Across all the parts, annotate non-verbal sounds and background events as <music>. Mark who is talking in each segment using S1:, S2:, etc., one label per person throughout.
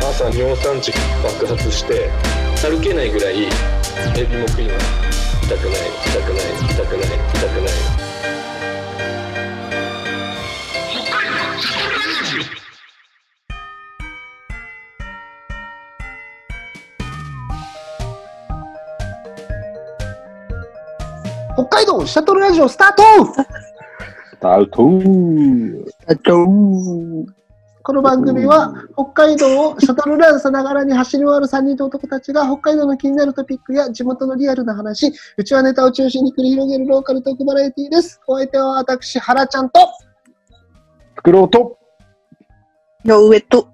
S1: 朝尿酸値爆発して歩けないぐらいエビも食います痛くない痛くない痛くない痛くない
S2: 北海道シャトルラジオスタート
S3: ダウトー
S2: この番組は北海道をシャトルランさながらに走り回る3人の男たちが北海道の気になるトピックや地元のリアルな話、うちわネタを中心に繰り広げるローカルトークバラエティーです。お相手は私、原ちゃんと、
S3: 作ろうと
S4: の上と。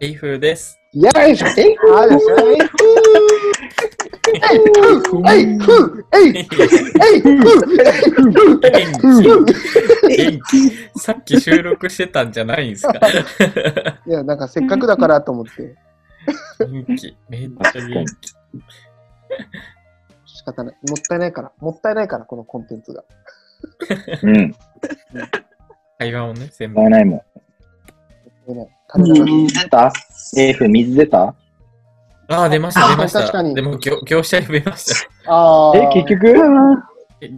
S5: エイフ
S3: <laughs>
S5: ーです。
S3: やらいしょえ
S2: はい、はい、はい、はい、
S5: 元
S2: は
S5: 気元気さっき収録してたんじゃないんですか
S2: <laughs> い。いや、なんかせっかくだからと思って、
S5: 元気。めっちゃ元気。
S2: 仕方ない。もったいないから、もったいないから、このコンテンツが。
S3: うん。
S5: 会話をね、全部
S3: も。えないもん。
S2: 食べながら。
S3: 出た ?F、水出た
S5: ああ、出ました、出まし
S2: 確か
S5: た。
S2: に
S5: でも、業業者呼びました。
S2: あ
S3: え、結局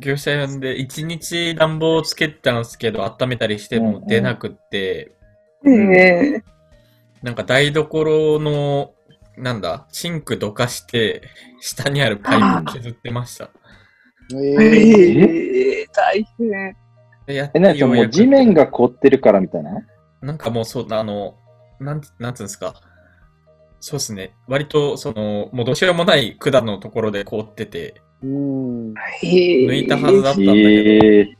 S5: 業者呼んで、一日暖房つけてたんですけど、温めたりしても出なくって、
S4: え
S5: なんか台所の、なんだ、シンクどかして、下にあるパイプ削ってました。
S4: え
S2: え
S4: え大変。
S5: でやっ
S3: え、
S5: て
S3: なんか
S5: よう
S3: も
S5: や
S3: う
S5: く
S3: 地面が凍ってるからみたいな
S5: なんかもうそう、あの、なんて、なんつうんですか。そうですね。割と、その、もうどうしようもない管のところで凍ってて、
S2: うん。
S4: 抜
S5: 抜いたはずだったんだけど、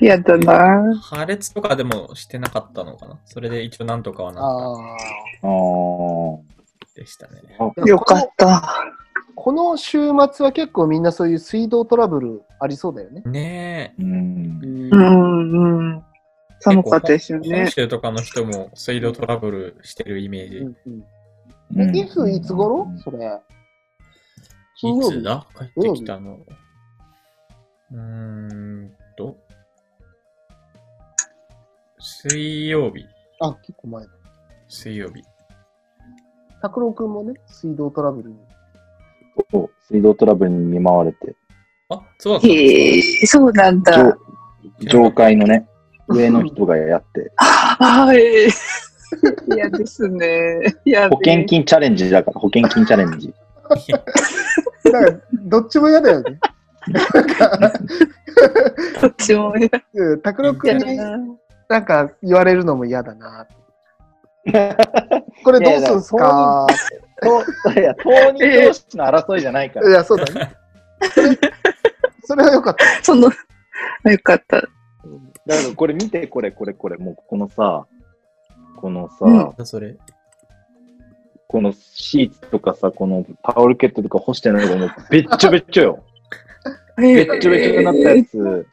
S3: え
S4: やだな。
S5: 破裂とかでもしてなかったのかな。それで一応なんとかはなっ
S2: ああ。
S3: ー。あ
S5: たでしたね。
S3: ー。
S4: よかった。
S2: この週末は結構みんなそういう水道トラブルありそうだよね。
S5: ねえ。
S3: うん。
S2: う
S4: う
S2: ん
S4: んうん。寒かったですよ
S5: 本
S4: ね。
S5: 州とかの人も水道トラブルしてるイメージ。
S3: うん
S2: え、いついつ頃それ。金
S5: い
S2: 曜
S5: つ
S2: 日。
S5: だ帰ってきたの。うーんと。水曜日。
S2: あ、結構前だ。
S5: 水曜日。
S2: 拓郎くんもね、水道トラブルに。
S3: そう水道トラブルに見舞われて。
S5: あ、そうだった。
S4: へえ、そうなんだ。
S3: 上上階のね、上の人が
S2: <laughs>
S3: やって。
S4: はい。嫌ですね。嫌
S3: 保険金チャレンジだから、保険金チャレンジ。
S2: だから、どっちも嫌だよね。
S4: どっちも嫌だ
S2: うん拓郎くんに
S4: な。
S2: なんか言われるのも嫌だな。これどうすんすか
S3: といや、当人同士の争いじゃないか
S2: い。や、そうだね。それそれはよかった。
S4: その、よかった。
S3: だからこれ見て、これ、これ、これ、もうここのさ、このさ、
S4: うん
S5: それ。
S3: このシーツとかさ、このタオルケットとか干してないのがもうべっちょべっちょ
S4: <laughs>
S3: よ。べ
S4: め
S3: っちょべっちょになったやつ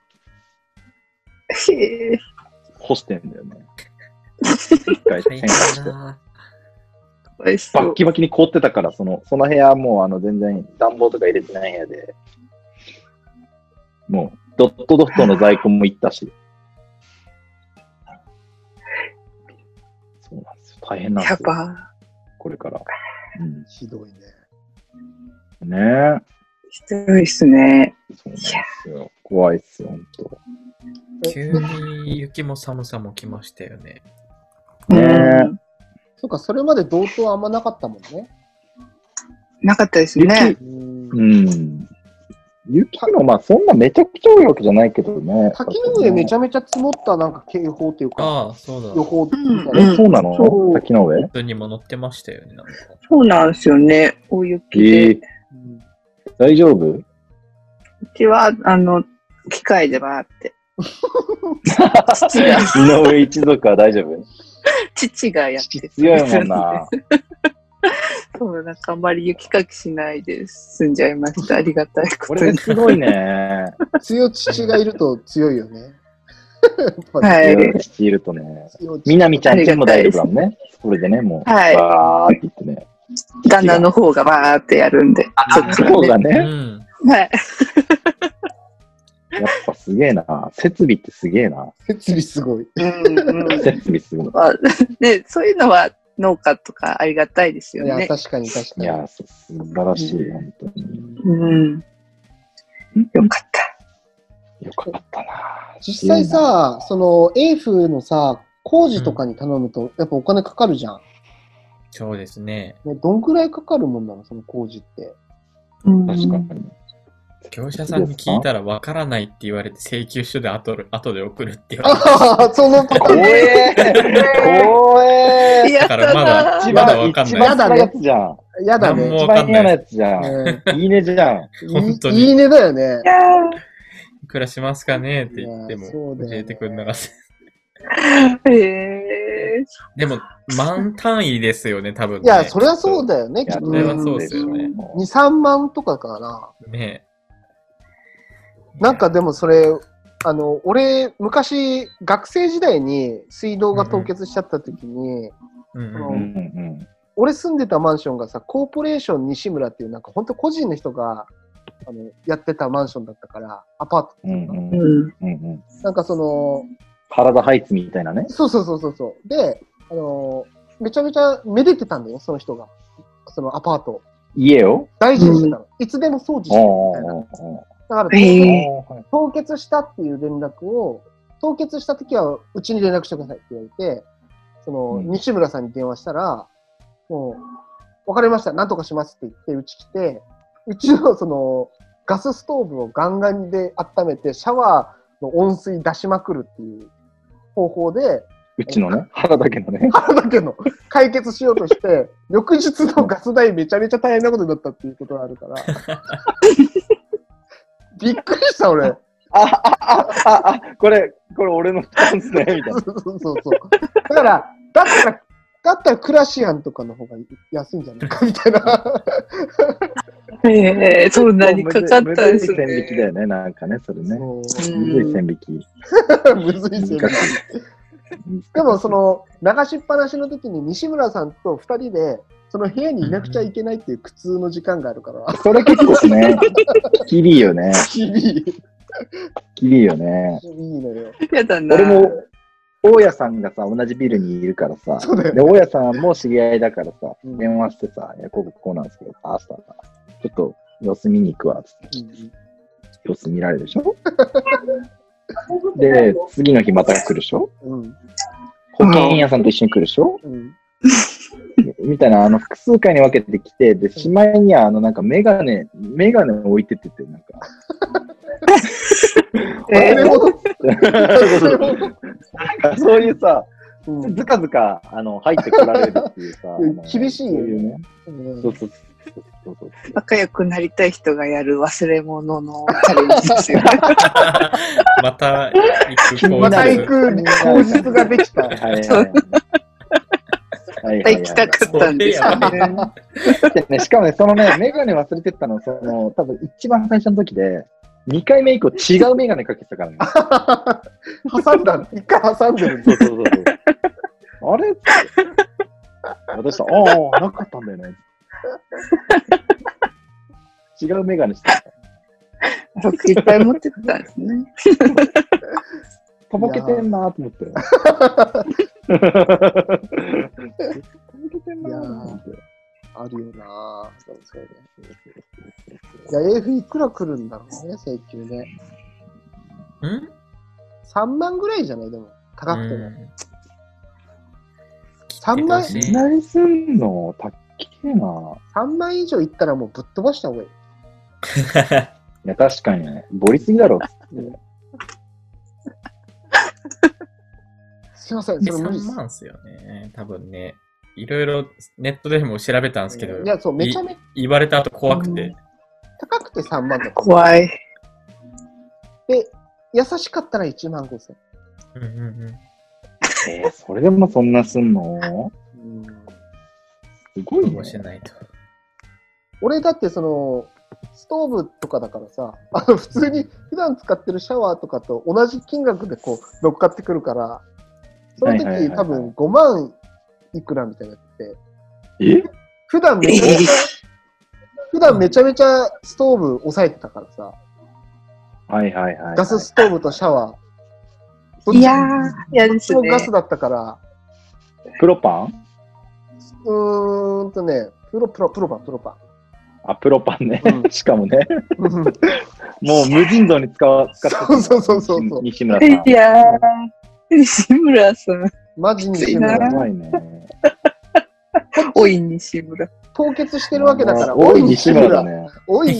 S4: つ。へえ
S3: 干してんだよね。一回
S5: 大
S3: 変
S5: 変
S3: 化して
S5: だ。な
S4: かわいそ
S3: バ
S4: う
S3: ッキバキに凍ってたから、その、その部屋もうあの全然暖房とか入れてない部屋で、もうドットドットの在庫もいったし。そうなんですよ。大変なんで
S4: や
S3: すよ。
S4: ば。
S3: これから。うん
S2: ひどいね。
S3: ね
S4: ひどいですね。
S3: え。そうなんですよ。怖いっすよ、ほんと。
S5: 急に雪も寒さも来ましたよね。
S3: ねえ
S4: うん
S2: そうか、それまで同等あんまなかったもんね。
S4: なかったですね。
S2: うん
S3: うん。雪もまあそんなめちゃくちゃ多いわけじゃないけどね。
S2: 滝の上めち
S3: ゃ
S2: ゃめちゃ積もったなんか警報というか、
S5: <laughs> ああ、そうだ。
S2: 予報みたいな。
S3: え、そうな
S4: そ
S3: の
S4: う
S3: 滝の上
S5: 普通にも乗ってましたよね。なんか
S4: そうなんですよね。大雪で。
S3: えー、大丈夫
S4: うちは、あの、機械でバーって。父が、
S3: 井上一族は大丈夫
S4: 父がやって
S3: 強いもんな。
S4: <laughs> そう、なんかあんまり雪かきしないで済んじゃいました。ありがたい
S3: こ
S4: こ
S3: とれ
S4: に。
S3: すごいね。
S2: 強い父がいると強いよ
S3: <laughs>
S2: ね。。
S4: はいい
S3: 強い父いるとね。
S2: 強い父
S3: みなみちゃんちも大丈夫だもんね。それでね、もう、
S4: はい
S3: バーって言ってね。
S4: 旦那の方がバーってやるんで。そっち
S3: そう
S4: は
S3: だ
S4: ね。
S5: う
S3: ね。
S5: ん。
S4: はい。
S3: やっぱすげえな。設備ってすげえな。
S2: 設備すごい。
S4: うんうん
S3: 設備すごい。
S4: まあ <laughs> ね、そういうのは農家とかありがたいですよ
S2: いや、
S4: ね。
S2: 確かに確か
S3: い
S2: に。
S3: や、す素晴らしい、本当に。
S4: うん、よかった。
S3: よかったな。
S2: 実際
S3: いいな、
S2: さ、その、エーフのさ、工事とかに頼むと、やっぱお金かかるじゃん。
S5: そうですね。
S2: ねどんぐらいかかるもんなの、その工事って。
S4: うん
S3: 確かに。
S5: 業者さんに聞いたらわからないって言われて請求書で後で
S2: <laughs>
S5: 後で送るって言われて
S2: ああ、そのパターン
S3: 怖え怖え
S4: や
S5: だ
S4: っ
S5: か
S4: た
S5: らま
S4: な
S5: だ
S4: ー
S5: まだわかん
S3: 一
S5: ない。
S2: ま
S3: 番
S2: だ
S3: 嫌
S2: ね
S3: なやつじゃん。
S2: やだ
S5: なんも
S2: ね。
S3: 一
S5: わか
S3: 番
S5: んない
S3: 嫌なやつじゃん。
S2: ね
S3: いいねじゃん。
S5: <laughs> 本当
S2: いいい
S5: に
S2: いねだよね
S4: い。やー
S5: いくらしますかねって言って
S2: いやそ
S5: も
S2: うだよね
S5: 教えてくれなかった。
S4: へえ
S5: でも、万単位ですよね、多分、ね。
S2: いや、そりゃそうだよね、きっ
S3: や
S2: と。
S5: それはそうですよね
S2: 2、3万とかかな。
S5: ねえ
S2: なんか、でもそれ、あの、俺、昔、学生時代に水道が凍結しちゃった時に、
S5: うんうん
S3: う
S5: うんん
S3: うん
S2: 俺住んでたマンションがさ、コーポレーション西村っていう、なんか本当個人の人が、あの、やってたマンションだったから、アパート。
S3: うんうんうん
S4: うん
S3: うんうん。
S2: なんかその、
S3: パラダハイツみたいなね。
S2: そうそうそうそうそう。で、あの、めちゃめちゃめでてたんだよ、その人が。そのアパートを。
S3: 家を
S2: 大事にしてたの。いつでも掃除してるみたいな。だから、
S4: へえ
S3: う
S2: 凍結したっていう連絡を、凍結した時はうちに連絡してくださいって言われて、その、
S3: うん
S2: 西村さんに電話したら、もう、わかりました、なんとかしますって言って、うち来て、うちのその、ガスストーブをガンガンで温めて、シャワーの温水出しまくるっていう方法で、
S3: ちのね、原だけのね。
S2: 腹だけの解決しようと
S3: <laughs>
S2: して、翌日のガス代めちゃめちゃ大変なことになったっていうことがある
S3: <laughs>
S2: から。びっくりした、俺。
S3: あ、あ、あ、あ、あ、これ、これ俺の負担ですね、みたいな。
S2: そうそうそう。だから、だったら、だったらクラシアンとかの方が安いんじゃないかみたいな。
S4: へえそんなにかかったんです
S3: むずい線引きだ
S4: ね。
S3: よね、なんかね、それね。
S2: そう
S4: うん
S3: むずい線引き。
S2: むずいですよ
S3: 難
S2: ね
S3: し。い
S2: でも、そ、の、流しっぱなしの時に西村さんと2人で、その部屋にいなくちゃいけないっていう苦痛の時間があるから、
S3: それ結構ね、きりいよね。
S2: 日々、日
S3: きりいよね。
S2: 々いいのよ。
S4: やだな。
S3: 俺も、大家さんがさ、同じビルにいるからさ、
S2: そうだよ
S3: で、大家さんも知り合いだからさ、
S2: うん
S3: 電話してさ、いや、こここうなんですけど、あ、明日、ちょっと様子見に行くわ、つって。
S2: うん
S3: 様子見られるでしょで、次の日また来るでしょ
S2: うん
S3: 保険屋さんと一緒に来るでしょ
S2: うん
S3: みたいな、あの、複数回に分けてきて、で、しまいには、あの、なんか、メガネ、メガネ置いてってて、なん
S2: <laughs>
S3: か、
S4: え
S2: 俺も
S3: そういうさ、
S2: うん
S3: ずかずか、あの、入ってこられるって <laughs> いうさ
S2: うん、厳しいよね
S3: そうう
S2: う
S3: ね。
S2: ん
S3: そうそうそうそうそう
S4: 仲良くなりたい人がやる忘れ物のチャレンジですよ。
S5: <laughs> また行く
S2: また行
S5: 口実
S2: く口実ができた。
S3: はいはいはい。
S4: 行きたかったんですよね。
S3: でね、しかもね、そのね、メガネ忘れてったの、その、多分一番最初の時で、2回目以降違うメガネかけてたからね。
S2: 挟んだ、一回挟んでる。
S3: そうそうそうそう。あれ私さ、ああ、なかったんだよね。違うメガネしてた。
S4: 僕いっぱい持ってたんですね。
S3: とぼけてんなーと
S2: <laughs>
S3: 思って。とぼけてんなーと思って。
S2: あるよなぁ。そうそうね。じゃあ AF いくら来るんだろうね、請求ね。
S5: うん
S2: 3万ぐらいじゃないでも、高くても。
S5: うん
S2: 3万、
S5: 切ってほしい
S3: 何すんのたっけえな。
S2: 三万以上いったらもうぶっ飛ばした方がいい。
S3: いや、確かにね。ボリすぎだろ。
S2: すいません、それ無理っ
S5: 3万っすよね。多分ね。いろいろネットでも調べたんですけど
S2: す。い、や、そう、めちゃめちゃ
S5: 言われた後怖く
S4: う
S5: て。
S2: 高くて3万だった。
S4: 怖い。
S2: で、優しかったら1万5千。
S5: うんうんうん
S3: えー、それでもそんなすんの
S2: うん
S3: すごい
S5: ど
S3: ね
S5: う。しないと。
S2: 俺だってそのストーブとかだからさあの普通に普段使ってるシャワーとかと同じ金額でこう乗っかってくるからその時、
S3: はいはいはいはい
S2: 多分5万いくらみたいになってて
S3: え
S2: 普段めちゃめちゃ普段めちゃめちゃストーブ抑えてたからさ
S3: はいはいはいはい。
S2: ガスストーブとシャワー。どっち
S4: いやー、嫌です
S2: も
S4: ね。
S2: ガスだったから、
S3: プロパン
S2: うーんとね、プロプロ、プロパン、プロパン。
S3: あ、プロパンね。
S2: う
S3: <laughs> しかもね、もう無尽蔵に使わ使って
S2: <laughs> そうそうそうそう
S3: <laughs>
S2: そう
S3: 西村さん
S4: い。やー、西村さん、
S2: マジに
S4: きつい
S3: や
S4: な
S3: ばいね。
S4: おい西村。
S2: 凍結してるわけだから、
S3: 多い西村だ。ね。
S2: 多い、
S3: <laughs>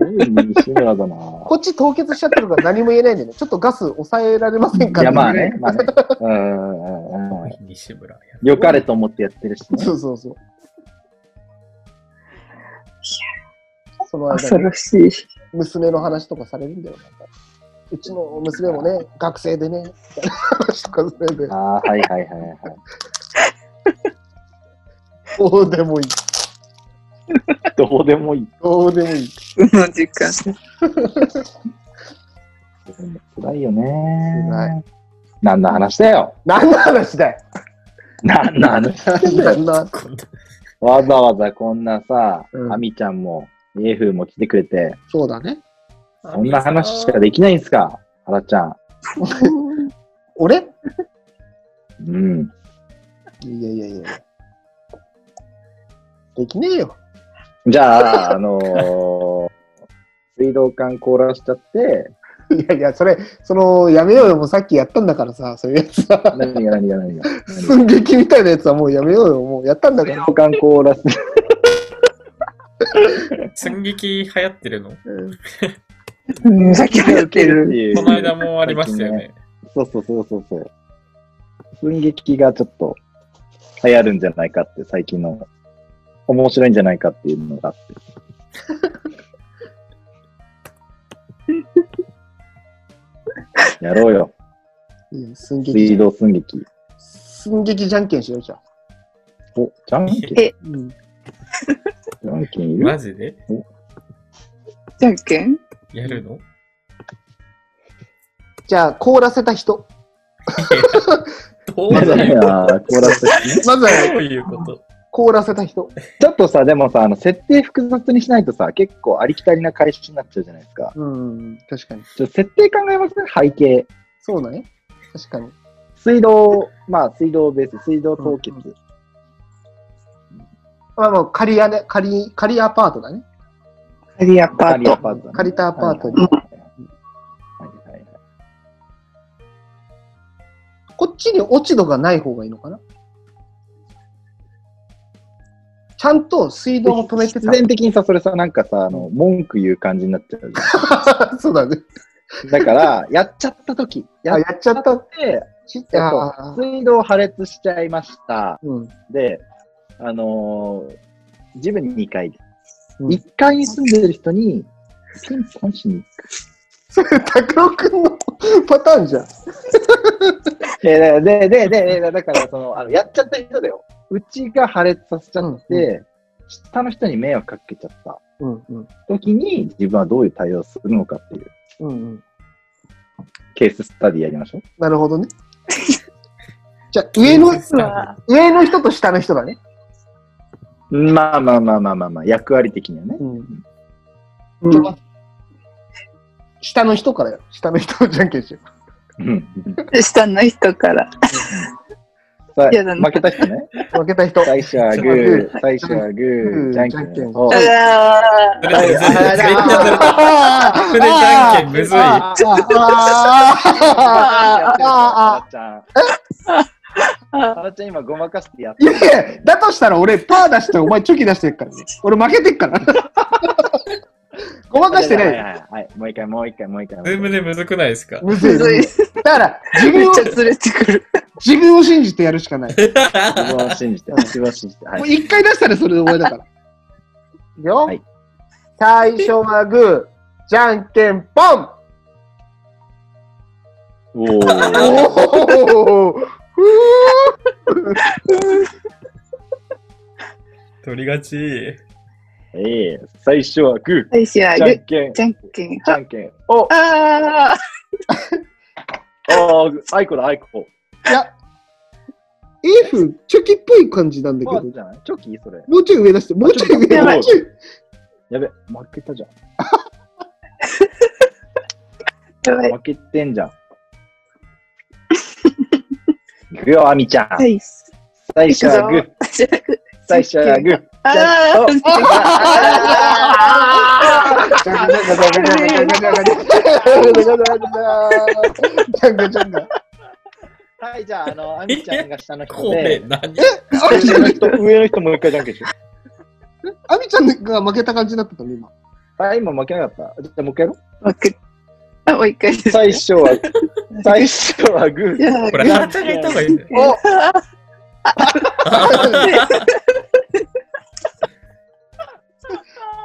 S3: 多い西村だな。
S2: こっち凍結しちゃってるから何も言えないんでね、ちょっとガス抑えられませんか
S3: い
S2: ら
S3: や、まあね。まあね。うんうんうんうん。
S5: 西村や。
S3: 良かれと思ってやってるし
S2: <laughs>
S3: ね。
S2: そうそうそう。その間
S4: 恐
S2: に
S4: ろしい。
S2: 娘の話とかされるんだよ。なんかうちの娘もね、学生でね、 <laughs> 話とかされて、
S3: ああ、はいはいはいはい。
S2: どうでもいい。
S3: どうでもいい。
S2: どうでもいい。
S4: この時間。
S3: 辛いよね。
S2: 辛
S3: い。何の話だよ。
S2: 何の話だよ
S3: 何の話
S2: 何の話
S5: 今度
S3: わざわざこんなさ、
S2: うん
S3: あみちゃんも、エーフーも来てくれて、
S2: そうだね。
S3: こんな話しかできないんすか、ハラちゃん。
S2: 俺
S3: うん。
S2: いやいやいやいや。できねえよ。
S3: じゃあ、あの <laughs> ー、水道管凍らしちゃって、
S2: いやいや、それ、その、やめようよ。もうさっきやったんだからさ、そういうやつは。
S3: 何が何が何が。何が
S2: <laughs> 寸劇みたいなやつはもうやめようよ。もうやったんだか
S3: 水
S2: ら。
S3: 道管凍らす。
S5: 寸劇流行ってるのこ
S4: うんさっきもやってる。
S3: こ
S5: の間もありましたよ。ね。
S3: そうそうそうそうそう。寸劇がちょっと流行るんじゃないかって、最近の。面白いんじゃないかっていうのがあって。 <laughs> やろうよ。
S2: いや寸劇じ
S3: 水
S2: ゃん。
S3: 道寸劇。
S2: 寸劇じゃんけんしようじゃん。
S3: お、じゃんけん。じ
S4: え
S2: うん。
S3: ゃんけんいる
S5: マジで
S4: じゃんけん
S5: やるの
S2: じゃあ、凍らせた人。
S5: どう
S3: まだ
S5: いう
S3: ね、
S5: こ
S3: あー凍らせて
S2: まず
S5: とど
S2: は、
S5: ういうこと
S2: 凍らせた人。
S3: ちょっとさ、でもさ、あの、設定複雑にしないとさ、結構ありきたりな開始になっちゃうじゃないですか。
S2: うん、確かに。
S3: ちょっと設定考えますね、背景。
S2: そうだね。確かに。
S3: 水道、まあ、水道ベース、水道凍結。
S2: まあ、もう仮屋ね、仮、仮アパートだね。
S4: カリアパー
S3: 仮ア
S4: ト。
S3: パートだね
S2: 借りたアパートに
S3: はいはいはい
S2: こっちに落ち度がない方がいいのかなちゃんと水道も止めて
S3: 必然的にさ、それさ、なんかさ、あの文句言う感じになっちゃうじ
S2: た。 <laughs> そうだね。
S3: ゃん。だ
S2: <laughs>
S3: から、やっちゃった時や
S2: あ、
S3: っ、
S2: やっちゃったってち
S3: そう
S2: あー
S3: 水道破裂しちゃいました。
S2: うん。
S3: で、あのー、自分2階で。
S2: うん
S3: 1階に住んでる人に、ピンポンしに行
S2: それ、拓郎くんのパターンじゃん。
S3: く。で、で、で、で、でだから、その、あのやっちゃった人だよ。うちが破裂させちゃって、
S2: うん
S3: 下の人に迷惑かけちゃった
S2: うんうん。
S3: 時に、自分はどういう対応するのかっていう。
S2: うんうん。
S3: ケーススタディやりましょう。
S2: なるほどね。じゃあ、上の、
S5: 実は
S2: 上の人と下の人だね。
S3: まあまあまあまあまあ、まあ、役割的にはね。
S2: うん。じゃあ下の人からやろう下の人をじゃんけんしよ
S3: うん。
S4: 下の人から。
S3: さ
S4: いやだ
S3: あ、
S4: な
S3: 負けた人ね。
S2: う。負けた人。
S3: 最初はグ
S2: グ
S3: ー、最初はグー、じゃん
S2: じゃん
S3: け
S2: けん
S3: ん。お
S4: あ
S5: そ
S4: ら
S5: れ全然
S2: あ
S5: 全
S2: あ
S5: 然それじゃんけんむずい。
S2: ああああ
S3: あらちゃん。
S4: ーあ
S3: あらちゃん今ごまかしてやっ
S2: いやいや、だとしたら俺パー出してお前チョキ出してるからね。俺負けてっから。ごま
S3: た。
S2: かして
S3: はいは
S2: ない。
S3: いはいはい。もう一回、もう一回、もう一回。もう
S5: ズ
S3: 一
S5: ーム
S3: 回
S5: でむずくないですか
S2: むず
S4: む
S2: い。
S4: ずい。
S2: だから自
S4: めっ
S2: 分を
S4: ちゃずれてくる。
S2: 自分を信じてやるしかない。
S3: 自分を信じて、自分を信じて。は
S2: もう
S3: い。
S2: 一回出したらそれで終わりだから。いく <laughs> よ、
S3: はい
S2: 最初はグー、じゃんけんぽん
S3: おー。
S2: おお
S5: 取りがち。
S3: ええ、最初はグ
S4: 最初は
S3: ー、
S4: グ
S3: じゃんけん、
S4: ー、じゃんけん。
S3: じゃんけん。お
S4: あ
S3: あー、アイコだ、アイコ。
S2: いや、エーフ、チョキっぽい感じなんだけ
S3: パ
S2: ど
S3: ー、トじゃないチョキそれ。
S2: もうちょい上出して、もうちょい上、
S4: やばい
S2: もうちょい。
S3: やべ、負けたじゃん。
S4: やばい。
S3: 負けてんじゃん。いくよ、あみちゃん。
S4: はい。
S3: 最初はグー、
S4: 最
S3: 最初はグー。
S4: あーあ
S2: ジャングジャングジャングジャングジャングジャングジャングジャングジャングジャングジャングジャング
S3: はい、じゃあ、あの、あみちゃんが下の人
S5: 神
S3: で
S5: <laughs> 戸、何
S3: 下の人、上の人もう一回じゃんけんしよ
S2: あみちゃんが負けた感じだったの今。
S3: う。あ、今負けなかった。じゃあ、もう一回やろう。
S4: ー。負けあ、もう一回 <laughs> です。
S3: 最初は、最初はグー
S4: じ。ゃあ
S5: これ、反対がいた方がいいね。
S2: お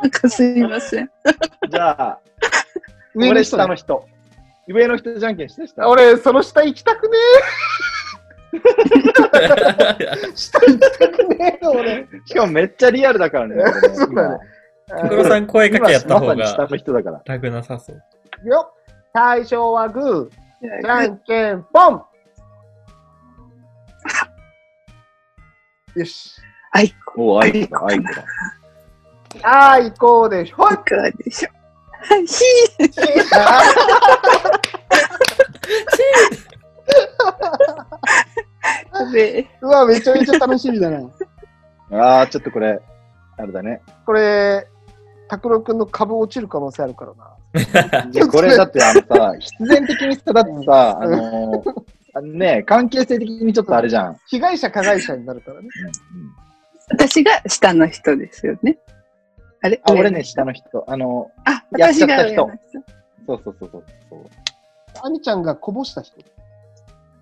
S4: なんかすいません。
S3: じゃあ、
S2: 上の
S3: 俺
S2: 人
S3: 下の人。上の人じゃんけんして、下。
S2: 俺、その下行きたくね <laughs> え。下行きたくねえ、俺。
S3: しかもめっちゃリアルだからね。俺
S2: <laughs>
S3: ね
S2: そうだね
S5: 黒さん声
S3: 今
S5: かけやった
S3: 今
S5: 方
S3: まさに
S5: が
S3: 下の人だから。
S5: 楽なさそう。
S2: よ最初はグー、
S4: じ
S2: じ
S4: ゃ
S2: ゃ
S4: あ
S2: んけんぽんよし。
S4: はい、
S3: おアイコだ、アイコだ。
S2: <laughs> あー、行こう <laughs> でしょ。
S4: いかがでしょう。ひーやべえ。
S2: うわ、めちゃめちゃ楽しみだな。 <laughs>
S3: ああ、ちょっとこれ、あれだね。
S2: これ、拓郎くんの株落ちる可能性あるからな。
S3: <laughs> いやこれだってあの
S2: <laughs>
S3: さ、必然的にさ、だってさ、あのーあのね、関係性的にちょっとあれじゃん。うん
S2: 被害者、加害者になるからね。
S4: 私が下の人ですよね。あれ
S3: あ、俺ね、下の人。あの
S4: あ、
S3: やっち
S4: 私
S3: ゃった
S4: が
S3: 人
S4: 上の人。
S3: ー、そうそうそうそうそう。
S2: あみちゃんがこぼした人。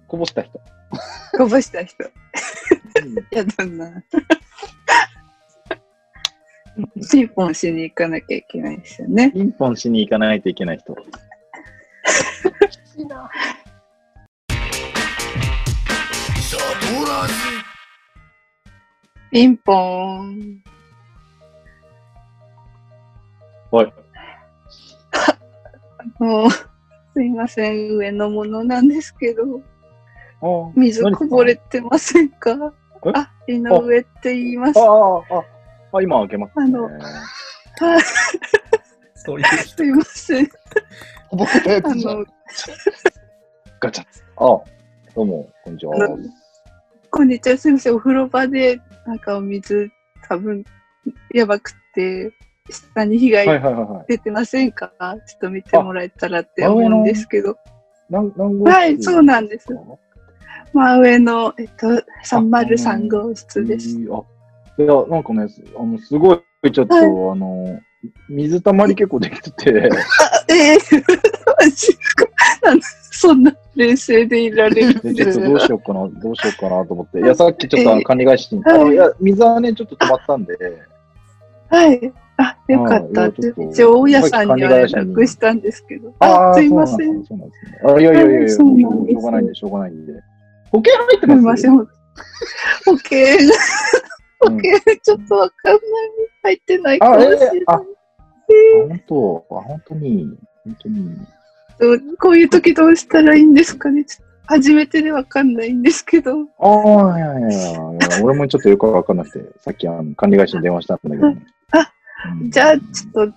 S3: こぼした人。
S4: こぼした人。
S3: うん
S4: やだな。ピンポンしに行かなきゃいけないですよね。
S3: ピンポンしに行かないといけない人。
S2: いいな。
S4: ピンポーン。
S3: おい。
S4: <laughs> もう、すいません、上のものなんですけど、
S3: おー
S4: 水こぼれ。てませんか
S3: え
S4: あ、井上って言います
S3: あ。あ、ああ、あ、今開けます、ね。
S4: あのはい
S5: そういう人
S4: すいません。
S2: こぼしたや
S4: あ
S2: つじゃん。
S4: の、
S3: ガチャ。あどうも、こんにちは。
S4: あのこんにちは、すいません、お風呂場で、なんかお水、多分、やばくて、下に被
S3: はいはい
S4: 害
S3: はいはい。
S4: 出てませんか、ちょっと見てもらえたらって思うんですけど。
S3: なん何号室
S4: はい、そうなんです。真上の、えっと、303
S3: あ
S4: 号室です。
S3: えーあいや、なんかね、すあのすごい、ちょっと、
S4: はい
S3: あの、水たまり結構できて
S4: <laughs>
S3: て、
S4: あ、ええ <laughs> マジかあのそんな冷静でいられる
S3: で
S4: ん
S3: ちょ
S4: で
S3: っ
S4: す
S3: と
S4: ね
S3: どうしようかな、どうしようかなと思って、いや、さっきちょっとあ
S4: え
S3: の
S4: ー
S3: 管理会社に、
S4: はい
S3: あのいや、水はね、ちょっと止まったんで、
S4: はい。あ、よかっ
S3: は
S4: た。
S3: いいやちょっと
S4: 一応、大家さんには連絡したんですけど。
S3: あ
S4: あ、
S3: ー
S4: すいません。。
S3: そうなんですね。そうなんですねあ、いやいやいやい
S4: はい
S3: や、
S4: そうなんです
S3: もうしょうがないんで、しょうがないんで。保険入って
S4: す
S3: ま
S4: いま
S3: <laughs>
S4: すせん。保険、
S3: う
S4: 保
S3: ん
S4: 険、ちょっとわかんない。入ってないか
S3: あ、
S4: もし
S3: え
S4: れない。
S3: ー、あ、あ本当、あ、本当に、本当に。
S4: どうこういう時どうしたらいいんですかね。ちょっと初めてでわかんないんですけど。
S3: ああ、いやいやいやいや、俺もちょっとよくわかんなくて、さっきあの管理会社に電話したんだけど、ね。
S4: あ
S3: うん
S4: じゃあ、ちょっと、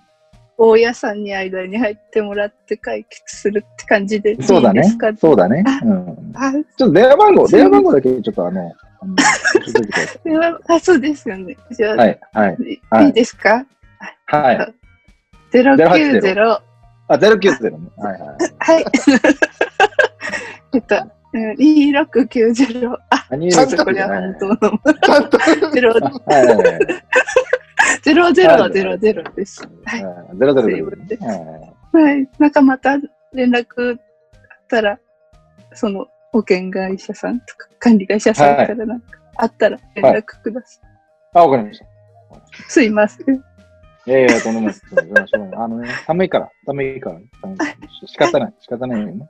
S4: 大家さんに間に入ってもらって解決するって感じでいいです
S3: そうだ
S4: か
S3: ね。そうだね。
S4: あ
S3: うん。
S4: あ
S3: ちょっと電話番号、電話番号だけちょっとあの、あの教えておいてくださ
S4: それはあ、そうですよね。じゃあ、
S3: いはい、はい、
S4: い、
S3: はい
S4: いですか
S3: はい。
S4: ?090。は
S3: あ、090ね。はいはい。
S4: い。 <laughs> えっと、うん2690。あ、
S3: 何
S4: ちょっとこ
S3: こ
S4: れ
S3: れ
S4: は
S3: はい
S4: 本当の。
S2: ちゃん
S4: <laughs>
S2: と。
S4: 0
S3: はいはいはい
S4: 0000です。はい。
S3: はいゼロゼロゼロ
S4: ということで
S3: はいはい
S4: はい。なんかまた連絡あったら、その保険会社さんとか管理会社さんからなんかあったら連絡ください。
S3: あ、わかりました。
S4: すいません。
S3: いやいや、とんでもないです。とんでもないしょうがないあのね、寒いから、寒いから、寒い仕方ない、仕方ないよね。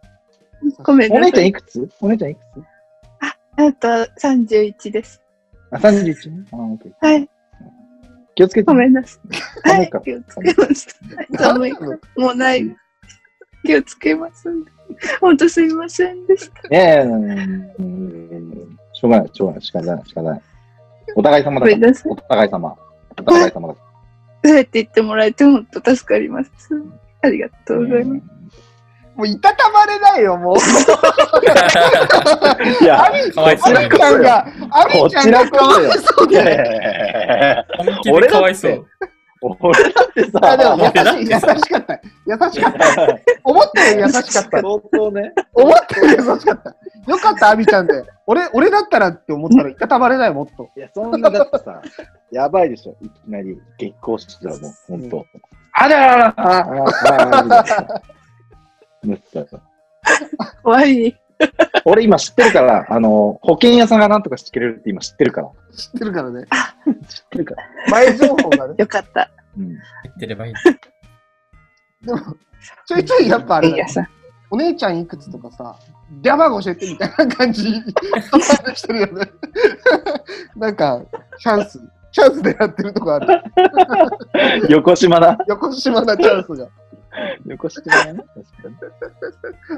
S4: ごめん
S3: お
S4: な
S3: 姉ち
S4: さ
S3: ゃん
S4: い。
S3: いくつお姉ちゃんいくつ
S4: えっと、31です。
S3: あ、31ね。あ、オッケー。
S4: はい。
S3: 気をつけて
S4: ご
S3: ね。
S4: めんなさい。
S3: 寒
S4: はいい
S3: から。
S4: 気をつけます。寒いから。もうない。気をつけますんで。ほんとすいませんでした。
S3: いやいやいやいやうんしょうがない、しょうがない、仕方ない、仕方ない。お互い様だ
S4: ごめ
S3: か
S4: ん
S3: ら。
S4: なさい
S3: お。互い様。お互い様だか
S4: そうやって言ってもらえてほんと助かります。ありがと
S3: ら。
S4: うございます。
S3: うん
S2: もういたたまれないよ、もう。
S3: いや、
S2: アミ、
S5: かわいそう
S2: アミちゃんが、アミちゃんがかわいそう
S3: いやい
S2: で。
S3: やいやいや
S5: 本気でかわいそう。
S3: 俺だってさ、
S2: あ、でも
S5: だってさ
S2: 優しい、優しかった。優しかった。思ったより優しかった。
S3: 相当ね。
S2: 思ったより優しかった。よかった、アミちゃんで。俺、俺だったらって思ったら、いたたまれない、もっと。
S3: いや、そんなだってさ、やばいでしょ。いきなり激高してたらもう、ほんと。あらららああああみたいななってた
S4: 怖い。
S3: 俺今知ってるから、あの、保険屋さんがなんとかしてくれるって今知ってるから。
S2: 知ってるからね。
S3: 知ってるから。
S2: 前情報がね。
S4: よかった。
S3: うん。
S5: 入ってればいい。
S2: でも、ちょいちょいやっぱあ
S4: い
S2: れ
S4: い
S2: だよ
S4: や。さん。
S2: お姉ちゃんいくつとかさ、ギャバー教えてみたいな感じ、そんな話してるよね。 <laughs> なんか、チャンス、チャンスでやってるとこある。
S3: 横島だ。
S2: 横島なチャンスが
S3: 横島だね。確かに。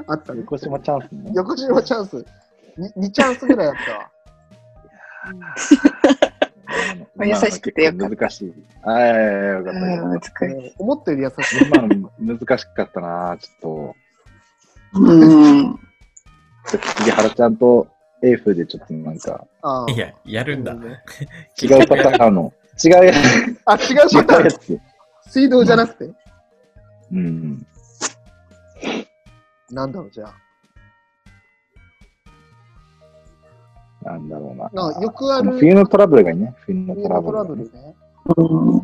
S2: あったね。
S3: 横島チャンスね。
S2: 横島チャンス、2チャンスぐらいあった
S5: <laughs>
S2: わ。
S4: まあ優しくてよかった
S3: 難しい。ああ、いやいやよか
S4: う
S3: っ
S4: ん
S3: たよかっ
S4: 難しい。
S2: 思ったより優しい。
S3: た。今の難しかったな、ちょ
S4: うん。
S3: っと。次、原ちゃんとエーフでちょっとなんか、
S2: ああ
S5: いや、やるんだ。
S3: 違うパターンの、違うやつ、
S2: あ、違う
S3: 違
S2: パタ
S3: う
S2: ー
S3: や
S2: ン。
S3: つ。
S2: 水道じゃなくて。
S3: うん。
S2: なんだろう、じゃあ。
S3: なんだろうな。
S2: なんかよくあ
S3: この
S2: る
S3: 冬のトラブルがいいね。冬の
S2: 冬
S3: ト
S2: の
S3: ラ
S2: ト
S3: ブル
S2: ラ
S3: が
S2: ブ
S3: ね、
S2: ルね。
S4: うん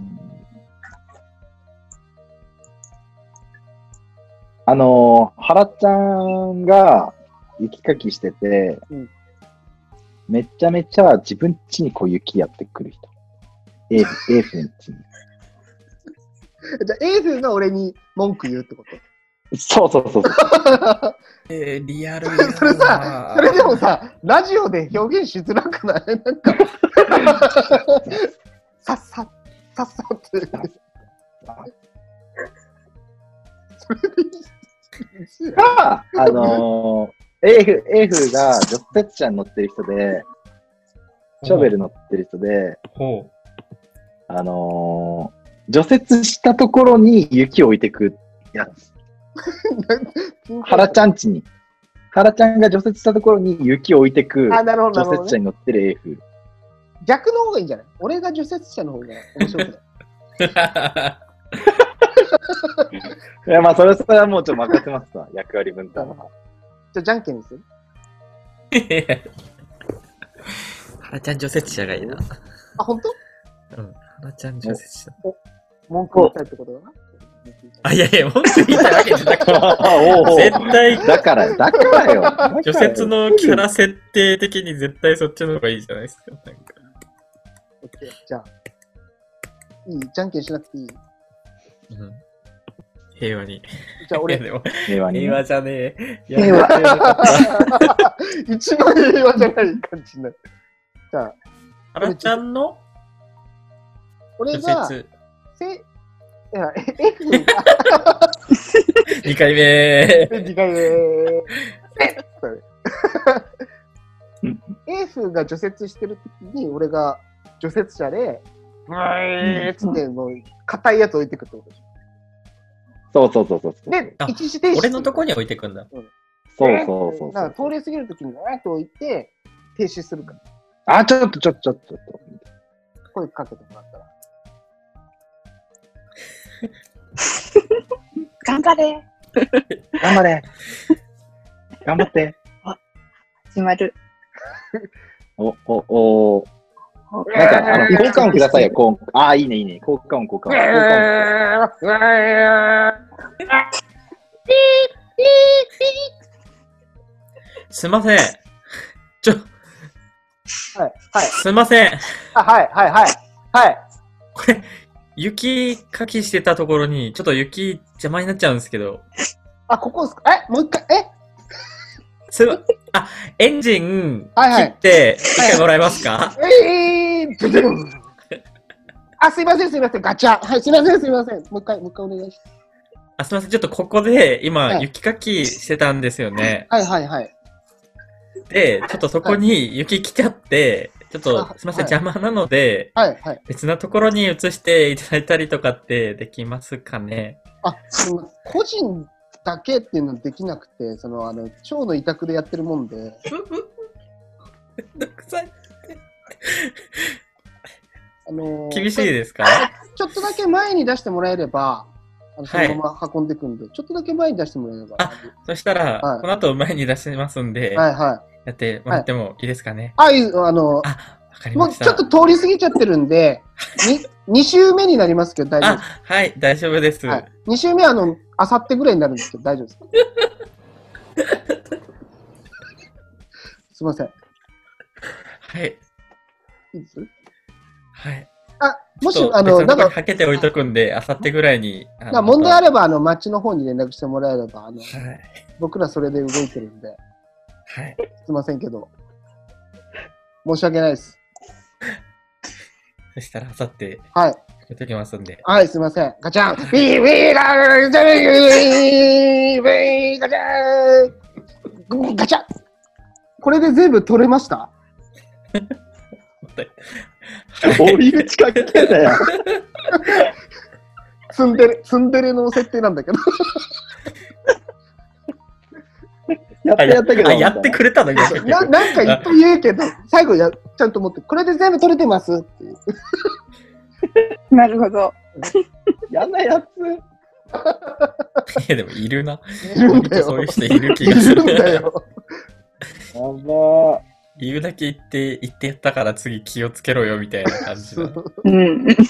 S3: あのー、原ちゃんが雪かきしてて、
S2: うん
S3: めちゃめちゃ自分家にこう雪やってくる人。エーフ、エーフの家に。
S2: じゃあ、エーフが俺に文句言うってこと
S3: そうそうそうそう。
S5: えー、リアル
S2: それさ、それでもさ、ラジオで表現しづらくないなん <laughs> か、さっさ、さっさって。それでいい。
S3: が、あのー、エーフ、エーフがジョッペッチャーに乗ってる人で、ショベル乗ってる人で、
S5: ほ
S3: あのー、除雪したところに雪を置いてくやつ。原ちゃんちに。原ちゃんが除雪したところに雪を置いてく、
S2: あ、なるほど、な
S3: 除
S2: るほど、
S3: 雪車
S2: ね。
S3: に乗ってるエーフ。
S2: 逆の方がいいんじゃない俺が除雪車の方が面白くない。
S5: う。
S3: いや、まあ、それそれはもうちょっと任せますわ。 <laughs> 役割分担は。
S5: <laughs>
S2: じゃあ、じゃんけんにする
S5: 原ちゃん除雪車がいいな。
S2: <laughs> あ、本当
S5: うん。原ちゃん除雪車。
S2: 文句言いたいってことだな。
S5: あ、いやいや、本当に言いたいわけじゃなくて。
S3: おうおう
S5: 絶
S3: <laughs>
S5: 対、
S3: だから、だからよ。だからよ
S5: 除雪のキャラ設定的に絶対そっちの方がいいじゃないですか。なんか
S2: オッケーじゃあ、いいじゃんけんしなくていい
S5: うん、平和に。
S2: じゃあ、 <laughs>
S5: いや
S2: 俺、
S5: でも
S3: 平和にね
S5: 平和じゃねえ。いや
S4: 平和。
S2: 一番平和じゃない感じになる。じゃあ、
S5: 原ちゃんの
S2: 俺
S5: 除
S2: が、
S5: 雪。
S2: せ、いや、え F が、
S5: 2回目。
S2: 2回目。え
S5: <laughs>
S2: それ
S3: うん
S2: F が除雪してる時に、俺が除雪車で、ブーっつって、もう、硬いやつ置いてくってことでし
S3: そうそうそうそう。
S2: <laughs> ょ。で
S5: あ、
S2: 一時停止。
S5: 俺のとこに置いてくんだ。
S3: そうそうそうそ
S2: だ
S3: う。
S2: から、通り過ぎる時に、わーっと置いて、停止するから、
S3: あ、ちょっと、ちょっと、ちょっと。
S2: 声かけてもらったら。
S4: <laughs> 頑張れ
S3: 頑張れ。頑張って。
S4: 始まる。
S3: お、お、お。なんか、あの、交換音くださいよ、こう。ああ、いいね、いいね。交換音、交換音。交換音
S5: すいません。ちょ、
S2: はい、はい、
S5: すいません。
S2: あはい、はい、はい、はい。
S5: これ、雪かきしてたところに、ちょっと雪邪魔になっちゃうんですけど。
S2: あ、ここですかえ、もう一回、え
S5: すいま、あ、エンジン
S2: はいは
S5: 切
S2: い
S5: って、一回もらえますか、
S2: えー、ドゥドゥンあ、すいません、すいません、ガチャ。はい、すいません、すいません。もう一回、もう一回お願いします。
S5: あ、すいません。ちょっとここで、今、
S2: はい
S5: 雪かきしてたんですよね。
S2: はい、はい、はい。
S5: で、ちょっとそこに雪来ちゃって、ちょっ
S2: あ
S5: と、すいません。
S2: はい
S5: 邪魔なので、
S2: はい、はい。
S5: 別なところに移していただいたりとかってできますかね
S2: あ、すいません。個人だけっていうのできなくて、その、あの、腸の委託でやってるもんで、
S5: めんどくさい。
S2: あのー
S5: 厳しいですか
S2: ちょっとだけ前に出してもらえれば、あのそのまま運んでくんで、ちょっとだけ前に出してもらえれば。
S5: あそしたら、
S2: はい
S5: この後前に出しますんで、
S2: はいはい。
S5: やってもらってもいいですかね。
S2: あ、いいあの、
S5: あ、わかり
S2: も
S5: ま
S2: う
S5: し
S2: ち
S5: た。
S2: ょっと通り過ぎちゃってるんで、に2週
S5: <laughs>
S2: 目になりますけど大丈夫
S5: あ
S2: です。、
S5: はい、大丈夫です。
S2: はい、2週目はあの、あさってぐらいになるんですけど大丈夫ですかすいません。
S5: はい。
S2: いいです
S5: はい。
S2: あ、もし
S5: ちょっ、と
S2: あの、
S5: 別
S2: なん
S5: とこ
S2: か
S5: に、はけておいとくんで、あさってぐらいに。あ
S2: なんか問題あ
S5: る。
S2: れば、あの、町の方に連絡してもらえれば、あの、
S5: はい。
S2: 僕らそれで動いてるんで、
S5: はい。
S2: すいませんけど、申し訳ないです。
S5: そしたら、あさって、
S2: はい。
S5: やっておきますんで。
S2: はい、すいません。ガチャンウィーウィーラージャウィーウィーガチャンガチャンこれで全部取れました
S3: どういう近づけだよ。
S2: ツンデレ、ツンデレの設定なんだけど。
S3: やってやったけど。
S5: あやってくれたの今結局
S2: ななんかいっぱい言うけど、最後やちゃんと持って、これで全部取れてますっていう。
S4: なるほど。
S3: やなやつ。
S5: いや、でもいるな。
S2: いるんだ
S5: そう
S2: よ
S5: いう。人いる気
S2: い
S5: がす
S2: る
S5: る。
S2: んだよ。
S3: やばー。
S5: 言うだけ言って、言ってやったから次気をつけろよみたいな感じの。
S4: うん。確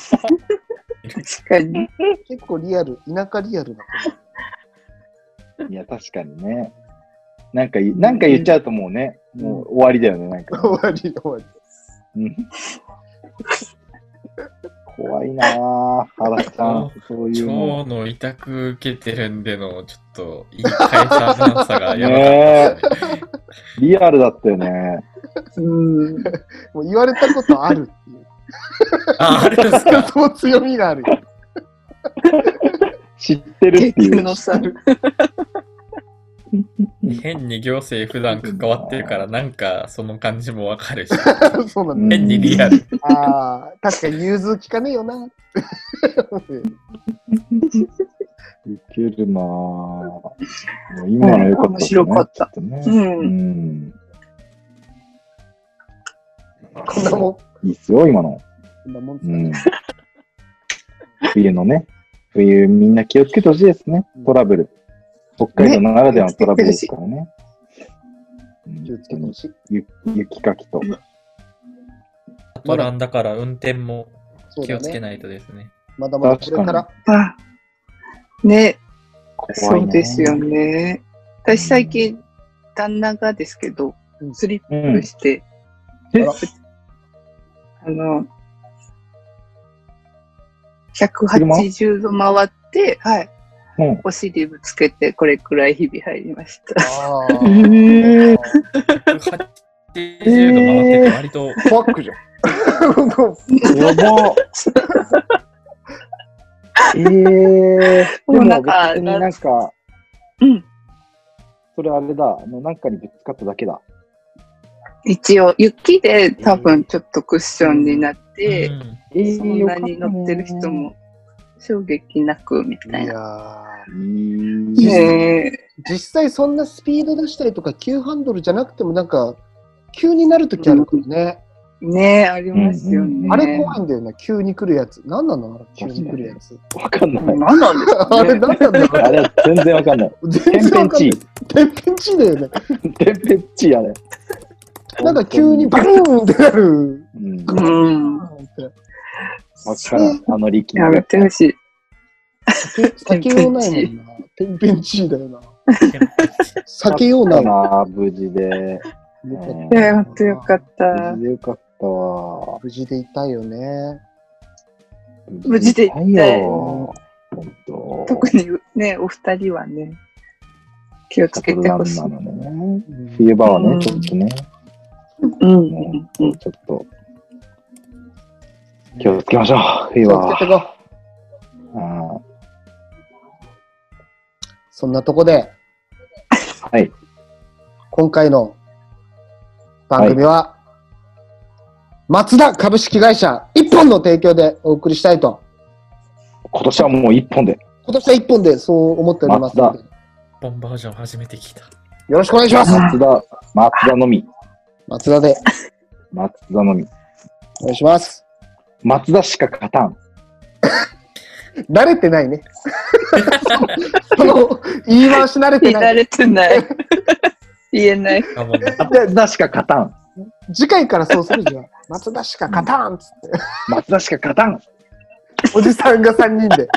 S4: かに。
S2: 結構リアル、田舎リアルだ
S3: いや、確かにね。なんかい、なんか言っちゃうともうね、もう終わりだよね、なん
S2: と
S3: か。
S2: 思う。終わり、終わり。
S3: うん怖いなぁ、原さ
S5: <laughs>
S3: ん。そういうの。
S5: 腸の委託受けてるんでの、ちょっと、言い換えたなさがやばかったですね。
S3: リアルだったよね。
S4: うん。
S2: もう言われたことあるっていう。
S5: あ、あるんですか。
S2: その強みがあるよ。
S3: 知ってるっ
S4: 結
S3: てい
S4: 局
S3: う。
S4: のさ。
S5: 変に行政普段関わってるから、なんかその感じもわかるし、
S2: そうな
S3: うんん
S2: だ。
S5: 変にリアル。
S2: ああ、確かに融通聞かねえよ
S3: <laughs>
S2: な。
S3: いけるなぁ。もう今のよかった、ね。
S4: 面白かった
S3: ちょとね。
S4: うん
S3: うん。
S2: こんなもん。こ
S3: いいっすよ、今の。
S2: んなもんっす
S3: う
S2: かね
S3: ん。冬のね、冬みんな気をつけてほしいですね。トラブル。北海道ならではのトラブルですからね。うん
S2: 気をつけてほしい。
S3: ゆ雪かきと。
S5: トランだから運転も
S2: そう
S5: 気
S2: だ
S5: をつけ
S2: ね。
S5: ないとですね。
S2: まだまだこれから。
S4: あね、
S3: 怖い
S4: そ
S3: ね
S4: うですよ。ね。私最近、旦那がですけど
S2: う、ん
S4: スリッ
S3: うん
S4: プして、
S3: え
S4: あの、180度回って、はい、
S3: うん
S4: お尻ぶつけて、これくらい日々入りました。
S2: あ
S3: えー
S5: 180度回ってて、割と、
S2: あ、怖くじゃん。
S3: やば。ええー。で
S4: もう
S3: も
S4: なん
S3: 別
S4: か
S3: になんか、
S4: うん。
S3: それあれだ、あの、なんかにぶつかっただけだ。
S4: 一応、雪で多分ちょっとクッションになって、
S5: うん
S3: えー
S4: そんなに乗ってる人。も衝撃なくみたい
S2: いやー
S3: よ
S4: な。
S3: かったね
S4: ねえ
S2: 実際そんなスピード出したりとか、急ハンドルじゃなくても、なんか、急になるときあるからね。
S4: ねえ、ありますよ
S3: うんうんう
S4: ね。
S3: ん
S2: あれ怖いんだよね。急に来るやつ。何なのあれ、急に来るやつ。
S3: わかんない。
S4: 何なんです
S2: あ
S4: か
S2: れ、
S4: ね。
S2: 何なんだろ
S3: あれは全然わかんない。
S2: う。全
S3: 天
S2: 然わ
S3: 変
S2: かん
S3: 地
S2: ない。天変地異だよね。
S3: 異。天変地異あれ。
S2: なんか急にバルーンってなる。
S3: うん。
S4: う
S3: わ
S4: ん。
S3: からん。あの力
S4: やめてほしい。
S2: 避けようないもんな。 <laughs> 天変地異だよな。避
S3: か
S2: けようないもん。
S3: な、無事で。
S4: いや、本当よかっ
S3: 無
S4: た
S3: 事。でよかったわ。
S2: 無事でいたいよね。
S4: 無事で行って
S3: よ。本当。
S4: 特にね、お二人はね、気をつけてほしい。
S3: なのね。
S2: うん
S3: 冬場は
S4: うん
S3: ね、ちょっとね、
S4: うん
S3: もう
S4: うん
S3: ちょっと気をつけましょう、冬
S2: 気
S3: 場
S2: をつけて
S3: は。
S2: こう
S3: あ
S2: そんなとこで、
S3: ーはい、
S2: 今回の番組は、松田株式会社一本の提供でお送りしたいと、
S3: 今年はもう一本で。
S2: 今年は一本でそう思っておりますので、
S5: 本バージョン初めて聞いた。
S2: よろしくお願いします。
S3: 松田、松田のみ。
S2: 松田で
S3: 松田のみ。
S2: お願いします。
S3: 松田しか勝たん。
S2: 慣れて <laughs> ないね。その言い回し慣れて
S4: 見
S2: な
S4: ら
S2: い。
S4: れてない。言えない。
S5: あもう
S3: 松田しか勝たん。
S2: 次回からそうするじゃん。松田しか勝たんっつっ
S3: 松田しか勝たん。
S2: て。おじさんが3人で。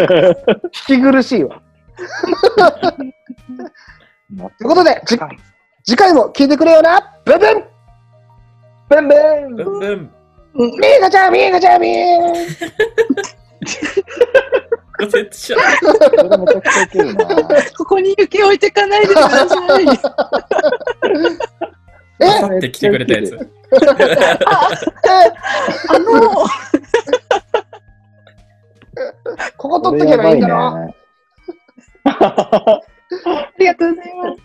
S2: 聞き苦しいわ。ということで
S3: 松田しか勝
S2: 次回も聞いてくれよな。ブンブン
S3: たん、ベンベン
S5: ブンブン
S4: うん
S2: ミーガちゃんミーガちゃんミー
S5: 除雪車
S3: それがめちゃくちゃウケるな。
S4: ここに雪置いてかないでくださ <laughs> い。
S2: <laughs> え
S5: あさって来てくれたやつ。
S4: あの、
S2: <laughs> ここ
S3: こ
S2: 取っ
S3: れ
S2: とけ
S3: や
S2: ば
S3: ば
S2: いい
S3: い
S2: ん
S3: ね
S2: だろ。
S4: ありがとうございます。